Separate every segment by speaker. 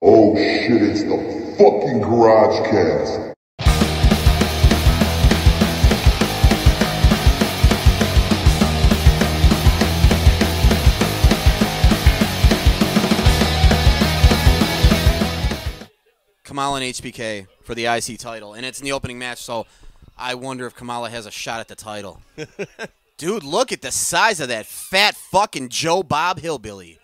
Speaker 1: Oh shit, it's the fucking Garage Cast.
Speaker 2: Kamala and HBK for the IC title, and it's in the opening match. So I wonder if Kamala has a shot at the title. Dude, look at the size of that fat fucking Joe Bob hillbilly.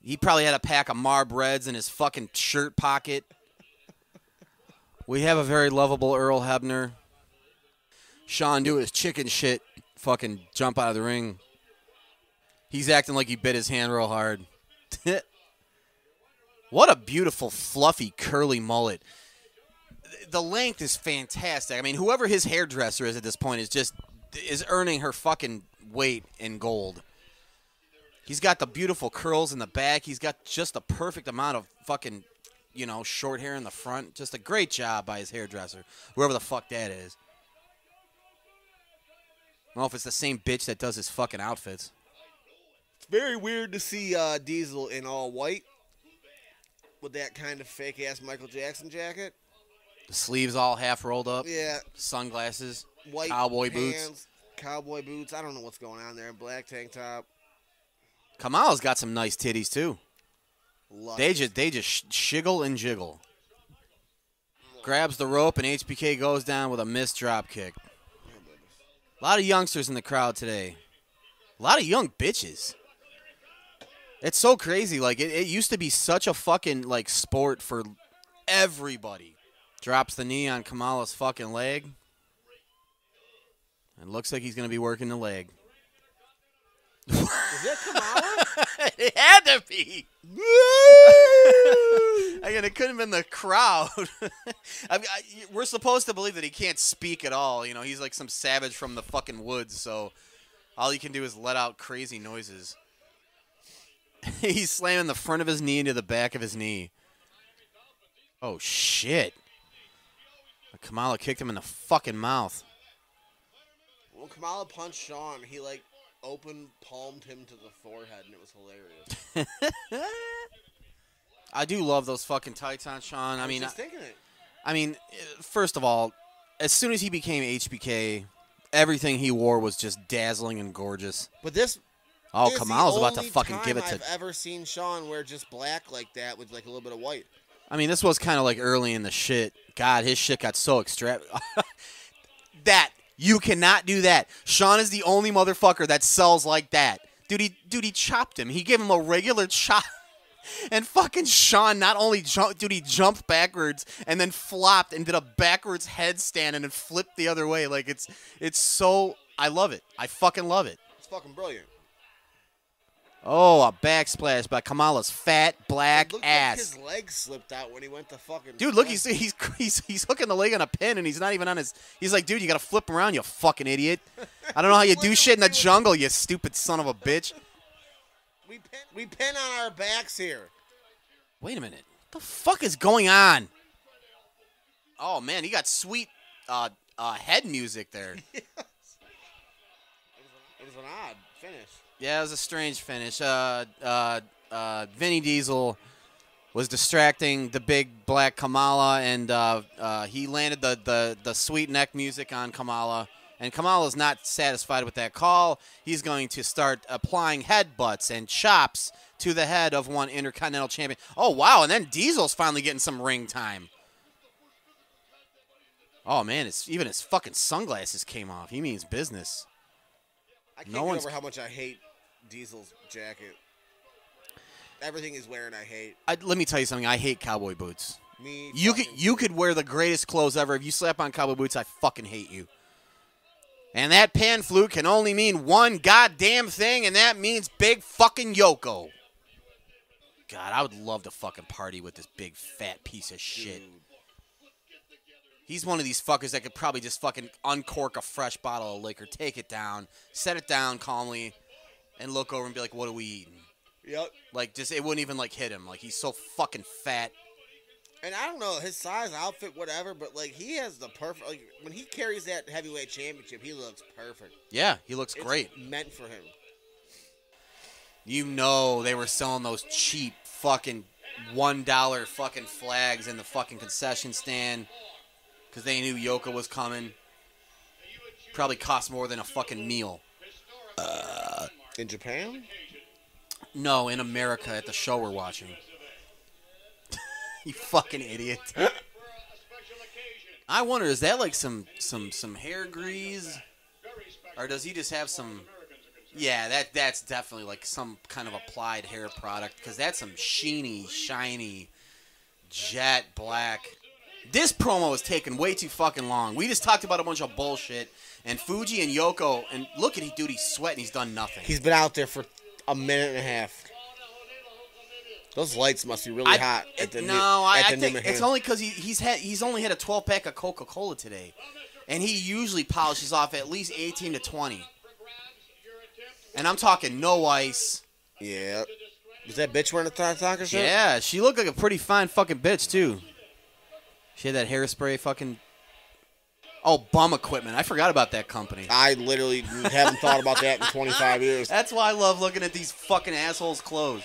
Speaker 2: He probably had a pack of Marb Reds in his fucking shirt pocket. We have a very lovable Earl Hebner. Sean do his chicken shit, fucking jump out of the ring. He's acting like he bit his hand real hard. What a beautiful, fluffy, curly mullet. Th- The length is fantastic. I mean, whoever his hairdresser is at this point is just is earning her fucking weight in gold. He's got the beautiful curls in the back. He's got just the perfect amount of fucking, you know, short hair in the front. Just a great job by his hairdresser, whoever the fuck that is. I don't know if it's the same bitch that does his fucking outfits.
Speaker 3: very weird to see uh, Diesel in all white with that kind of fake ass Michael Jackson jacket.
Speaker 2: The sleeves all half rolled up,
Speaker 3: Yeah,
Speaker 2: sunglasses,
Speaker 3: white
Speaker 2: cowboy
Speaker 3: pants,
Speaker 2: boots.
Speaker 3: cowboy boots. I don't know what's going on there. Black tank top.
Speaker 2: Kamala's got some nice titties too.
Speaker 3: Love
Speaker 2: They
Speaker 3: it.
Speaker 2: just they just sh- shiggle and jiggle. Grabs the rope and HBK goes down with a missed drop kick. A lot of youngsters in the crowd today. A lot of young bitches. It's so crazy. Like it, it used to be such a fucking like sport for everybody. Drops the knee on Kamala's fucking leg. And looks like he's gonna be working the leg.
Speaker 3: Is that Kamala?
Speaker 2: it had to be. Again, it could have been the crowd. I mean, I, we're supposed to believe that he can't speak at all. You know, he's like some savage from the fucking woods. So all he can do is let out crazy noises. he's slamming the front of his knee into the back of his knee. Oh shit! Kamala kicked him in the fucking mouth.
Speaker 3: when Kamala punched Sean, he like open palmed him to the forehead, and it was hilarious.
Speaker 2: I do love those fucking tights on Sean. I
Speaker 3: I was
Speaker 2: mean,
Speaker 3: just thinking it.
Speaker 2: I mean, uh, first of all, as soon as he became HBK, everything he wore was just dazzling and gorgeous.
Speaker 3: But this
Speaker 2: Oh,
Speaker 3: is the
Speaker 2: Kamala's about to
Speaker 3: only
Speaker 2: fucking give it
Speaker 3: time
Speaker 2: to.
Speaker 3: I've ever seen Sean wear just black like that with like a little bit of white.
Speaker 2: I mean, this was kind of like early in the shit. God, his shit got so extravagant. that you cannot do that. Sean is the only motherfucker that sells like that. Dude, he dude, he chopped him. He gave him a regular chop. And fucking Sean not only jumped, dude, he jumped backwards and then flopped and did a backwards headstand and then flipped the other way. Like it's it's so I love it. I fucking love it.
Speaker 3: It's fucking brilliant.
Speaker 2: Oh, a backsplash by Kamala's fat black
Speaker 3: It looked
Speaker 2: ass.
Speaker 3: like his legs slipped out when he went to fucking.
Speaker 2: Dude, look, he's, he's he's he's hooking the leg on a pin, and he's not even on his. He's like, dude, you gotta flip him around, you fucking idiot. I don't know how you do shit in the jungle, you stupid son of a bitch.
Speaker 3: We pin, we pin on our backs here.
Speaker 2: Wait a minute, what the fuck is going on? Oh man, he got sweet uh, uh, head music there.
Speaker 3: It was an odd finish.
Speaker 2: Yeah, it was a strange finish. Uh, uh, uh, Vinny Diesel was distracting the big black Kamala, and uh, uh, he landed the, the, the sweet neck music on Kamala. And Kamala's not satisfied with that call. He's going to start applying headbutts and chops to the head of one Intercontinental Champion. Oh, wow. And then Diesel's finally getting some ring time. Oh, man. It's, even his fucking sunglasses came off. He means business.
Speaker 3: I can't
Speaker 2: No
Speaker 3: get
Speaker 2: one's-
Speaker 3: over how much I hate Diesel's jacket. Everything he's wearing, I hate.
Speaker 2: I, let me tell you something. I hate cowboy boots.
Speaker 3: Me.
Speaker 2: You could
Speaker 3: fucking-
Speaker 2: you could wear the greatest clothes ever. If you slap on cowboy boots, I fucking hate you. And that pan flute can only mean one goddamn thing, and that means big fucking Yoko. God, I would love to fucking party with this big fat piece of shit.
Speaker 3: Dude.
Speaker 2: He's one of these fuckers that could probably just fucking uncork a fresh bottle of liquor, take it down, set it down calmly, and look over and be like, "What are we eating?"
Speaker 3: Yep.
Speaker 2: Like, just it wouldn't even like hit him. Like he's so fucking fat.
Speaker 3: And I don't know his size, outfit, whatever, but like he has the perfect. Like when he carries that heavyweight championship, he looks perfect.
Speaker 2: Yeah, he looks
Speaker 3: It's
Speaker 2: great.
Speaker 3: Meant for him.
Speaker 2: You know they were selling those cheap fucking one dollar fucking flags in the fucking concession stand because they knew Yoka was coming. Probably cost more than a fucking meal.
Speaker 3: In Japan?
Speaker 2: No, in America at the show we're watching. you fucking idiot. I wonder, is that like some some some hair grease, or does he just have some? Yeah, that that's definitely like some kind of applied hair product because that's some sheeny, shiny, jet black. This promo is taking way too fucking long. We just talked about a bunch of bullshit, and Fuji and Yoko, and look at he dude, he's sweating, he's done nothing.
Speaker 3: He's been out there for a minute and a half. Those lights must be really
Speaker 2: I-
Speaker 3: hot
Speaker 2: it-
Speaker 3: at the
Speaker 2: no,
Speaker 3: New-
Speaker 2: I,
Speaker 3: at
Speaker 2: I
Speaker 3: the
Speaker 2: think
Speaker 3: Nimmerham.
Speaker 2: it's only because he, he's had he's only had a 12 pack of Coca Cola today, and he usually polishes off at least 18 to 20. And I'm talking no ice.
Speaker 3: Yeah. Was that bitch wearing a th- soccer shirt?
Speaker 2: Yeah, she looked like a pretty fine fucking bitch too. She had that hairspray fucking. Oh, bum equipment. I forgot about that company.
Speaker 3: I literally haven't thought about that in 25 years.
Speaker 2: That's why I love looking at these fucking assholes' clothes.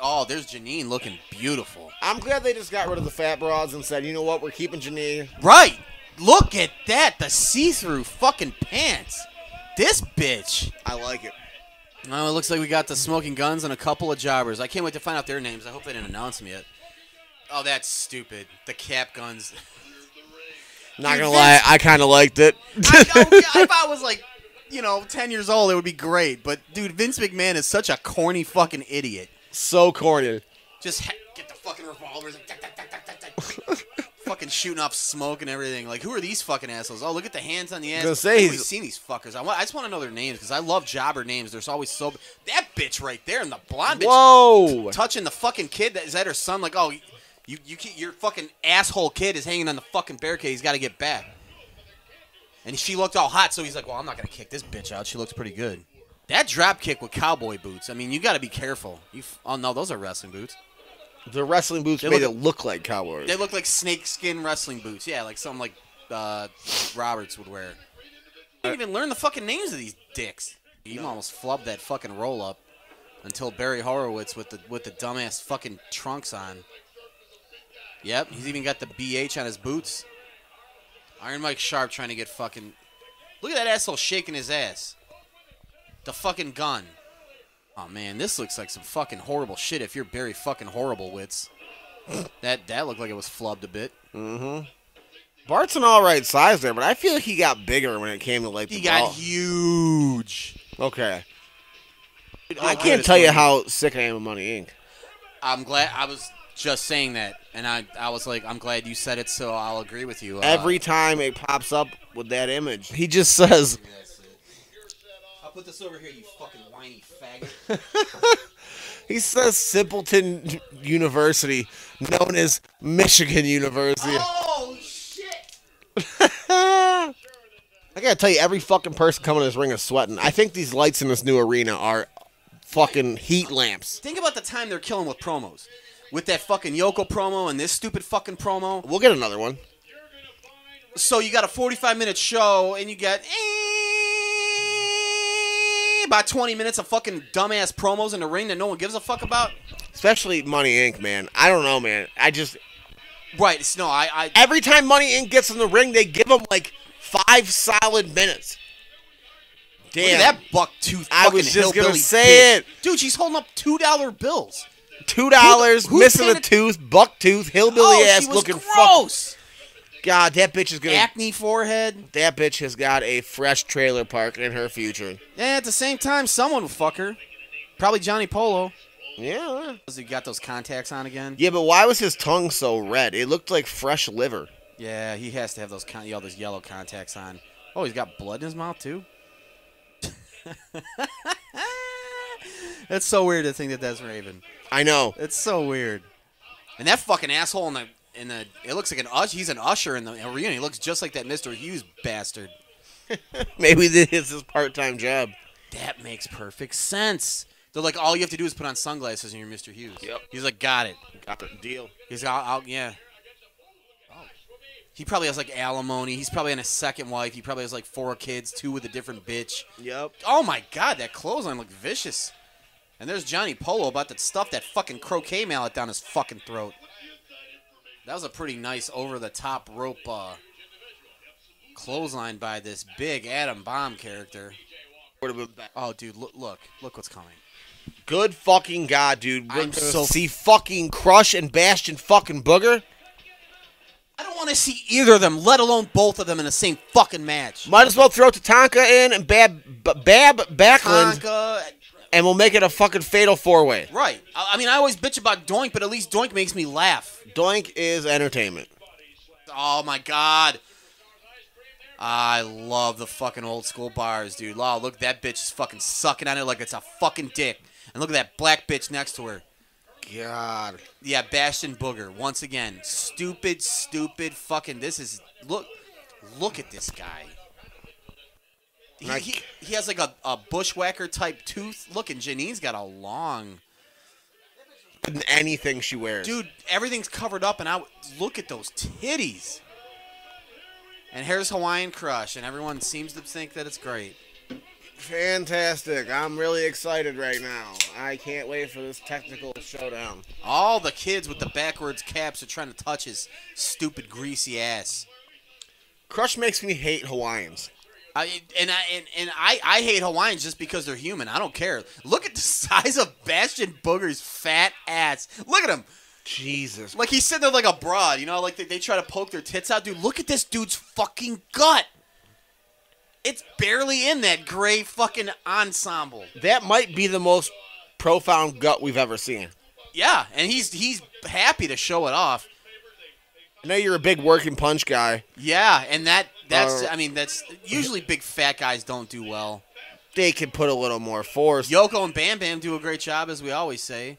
Speaker 2: Oh, there's Janine looking beautiful.
Speaker 3: I'm glad they just got rid of the fat broads and said, you know what, we're keeping Janine.
Speaker 2: Right. Look at that. The see through fucking pants. This bitch.
Speaker 3: I like it.
Speaker 2: Oh, it looks like we got the smoking guns and a couple of jobbers. I can't wait to find out their names. I hope they didn't announce them yet. Oh, that's stupid. The cap guns.
Speaker 3: Not
Speaker 2: Dude,
Speaker 3: gonna lie,
Speaker 2: that's-
Speaker 3: I kind of liked it.
Speaker 2: I, I, if I was like, you know, 10 years old, it would be great. But, dude, Vince McMahon is such a corny fucking idiot.
Speaker 3: so corny.
Speaker 2: Just ha- get the fucking revolvers. and tuck, tuck, tuck, tuck, tuck, tuck. fucking shooting off smoke and everything. Like, who are these fucking assholes? Oh, look at the hands on the ass.
Speaker 3: Gonna say
Speaker 2: Like,
Speaker 3: he's-
Speaker 2: we've seen these fuckers. I, want, I just want to know their names because I love jobber names. There's always so. That bitch right there and the blonde bitch
Speaker 3: Whoa!
Speaker 2: touching the fucking kid. That is that her son? Like, oh, you you can't- your fucking asshole kid is hanging on the fucking barricade. He's got to get back. And she looked all hot, so he's like, well, I'm not gonna kick this bitch out. She looks pretty good. That drop kick with cowboy boots. I mean, you got to be careful. You f- oh no, those are wrestling boots.
Speaker 3: The wrestling boots
Speaker 2: They
Speaker 3: made
Speaker 2: look-
Speaker 3: it look like cowboys.
Speaker 2: They look like snakeskin wrestling boots. Yeah, like something like uh, Roberts would wear. I didn't even learn the fucking names of these dicks. You almost flubbed that fucking roll up until Barry Horowitz with the with the dumbass fucking trunks on. Yep, he's even got the BH on his boots. Iron Mike Sharp trying to get fucking. Look at that asshole shaking his ass. The fucking gun. Oh man, this looks like some fucking horrible shit. If you're Barry fucking horrible wits. That that looked like it was flubbed a bit.
Speaker 3: Bart's an all right size there, but I feel like he got bigger when it came to like the
Speaker 2: He got
Speaker 3: ball.
Speaker 2: huge.
Speaker 3: okay.
Speaker 2: Dude,
Speaker 3: I
Speaker 2: look at
Speaker 3: can't
Speaker 2: his
Speaker 3: tell you
Speaker 2: fucking-
Speaker 3: how sick I am of Money Inc.
Speaker 2: I'm glad. I was just saying that, and I I was like, I'm glad you said it, so I'll agree with you. Uh,
Speaker 3: Every time it pops up with that image, he just says,
Speaker 2: That's it. I'll put this over here, you fucking whiny faggot.
Speaker 3: he says Simpleton University, known as Michigan University.
Speaker 2: Oh shit!
Speaker 3: I gotta tell you, every fucking person coming to this ring is sweating. I think these lights in this new arena are fucking heat lamps.
Speaker 2: Think about the time they're killing with promos, with that fucking Yoko promo and this stupid fucking promo.
Speaker 3: We'll get another one.
Speaker 2: So you got a 45 minute show, and you got. "Eh," About 20 minutes of fucking dumbass promos in the ring that no one gives a fuck about.
Speaker 3: Especially Money Inc., man. I don't know, man. I just
Speaker 2: Right. it's- No, I, I
Speaker 3: every time Money Inc. gets in the ring, they give them like five solid minutes.
Speaker 2: Look
Speaker 3: Damn,
Speaker 2: at that buck tooth.
Speaker 3: I
Speaker 2: fucking
Speaker 3: was just gonna
Speaker 2: hillbilly
Speaker 3: say
Speaker 2: bitch.
Speaker 3: it.
Speaker 2: dude. She's holding up two dollar bills.
Speaker 3: two dollars,
Speaker 2: who
Speaker 3: missing a
Speaker 2: paid it-
Speaker 3: tooth, buck tooth, hillbilly
Speaker 2: oh,
Speaker 3: ass
Speaker 2: she was
Speaker 3: looking. fuck-
Speaker 2: gross.
Speaker 3: God, that bitch is gonna.
Speaker 2: Acne forehead.
Speaker 3: That bitch has got a fresh trailer park in her future.
Speaker 2: Yeah, at the same time, someone will fuck her. Probably Johnny Polo.
Speaker 3: Yeah.
Speaker 2: He got those contacts on again.
Speaker 3: Yeah, but why was his tongue so red? It looked like fresh liver.
Speaker 2: Yeah, he has to have those con- all those yellow contacts on. Oh, he's got blood in his mouth too. that's so weird to think that that's Raven.
Speaker 3: I know.
Speaker 2: It's so weird. And that fucking asshole in the in the it looks like an us he's an usher in the arena. He looks just like that Mr. Hughes bastard.
Speaker 3: Maybe this is his part-time job.
Speaker 2: That makes perfect sense. They're like, all you have to do is put on sunglasses and you're Mr. Hughes. Yep. He's like, got it.
Speaker 3: Got the deal.
Speaker 2: He's like, I'll, I'll yeah. He probably has like alimony. He's probably on a second wife. He probably has like four kids, two with a different bitch.
Speaker 3: Yep.
Speaker 2: Oh my god, that clothesline looked vicious. And And there's Johnny Polo about to stuff that fucking croquet mallet down his fucking throat. That was a pretty nice over the top rope uh, clothesline by this big Adam Bomb character.
Speaker 3: Would have been back.
Speaker 2: Oh, dude, look, look, look what's coming.
Speaker 3: Good fucking god, dude.
Speaker 2: I'm
Speaker 3: We're gonna
Speaker 2: so-
Speaker 3: see fucking Crush and Bastion fucking Booger.
Speaker 2: I don't want to see either of them, let alone both of them in the same fucking match.
Speaker 3: Might as well throw Tatanka in and Bab B- Bab Backlund,
Speaker 2: Tonka-
Speaker 3: and we'll make it a fucking fatal four way.
Speaker 2: right. I, I mean, I always bitch about Doink, but at least Doink makes me laugh.
Speaker 3: Doink is entertainment.
Speaker 2: Oh my god. I love the fucking old school bars, dude. Wow, look, that bitch is fucking sucking on it like it's a fucking dick. And look at that black bitch next to her.
Speaker 3: God,
Speaker 2: Yeah, Bastion Booger once again. Stupid, stupid fucking. This is look, look at this guy. He,
Speaker 3: Like-
Speaker 2: he, he has like a, a bushwhacker type tooth. Look, and Janine's got a long
Speaker 3: anything she wears.
Speaker 2: dude. Everything's covered up, and I w- look at those titties. And here's Hawaiian Crush, and everyone seems to think that it's great.
Speaker 3: fantastic! I'm really excited right now. I can't wait for this technical showdown.
Speaker 2: All the kids with the backwards caps are trying to touch his stupid greasy ass.
Speaker 3: Crush makes me hate Hawaiians.
Speaker 2: I and I and, and I, I hate Hawaiians just because they're human. I don't care. Look at the size of Bastion Booger's fat ass. Look at him.
Speaker 3: Jesus,
Speaker 2: Like he's sitting there like a broad, you know, like they, they try to poke their tits out. Dude, look at this dude's fucking gut. It's barely in that gray fucking ensemble.
Speaker 3: that might be the most profound gut we've ever seen.
Speaker 2: Yeah, and he's he's happy to show it off.
Speaker 3: I know you're a big working punch guy.
Speaker 2: Yeah, and that that's
Speaker 3: Uh,
Speaker 2: I mean that's usually big fat guys don't do well.
Speaker 3: They could put a little more force.
Speaker 2: Yoko and Bam Bam do a great job, as we always say.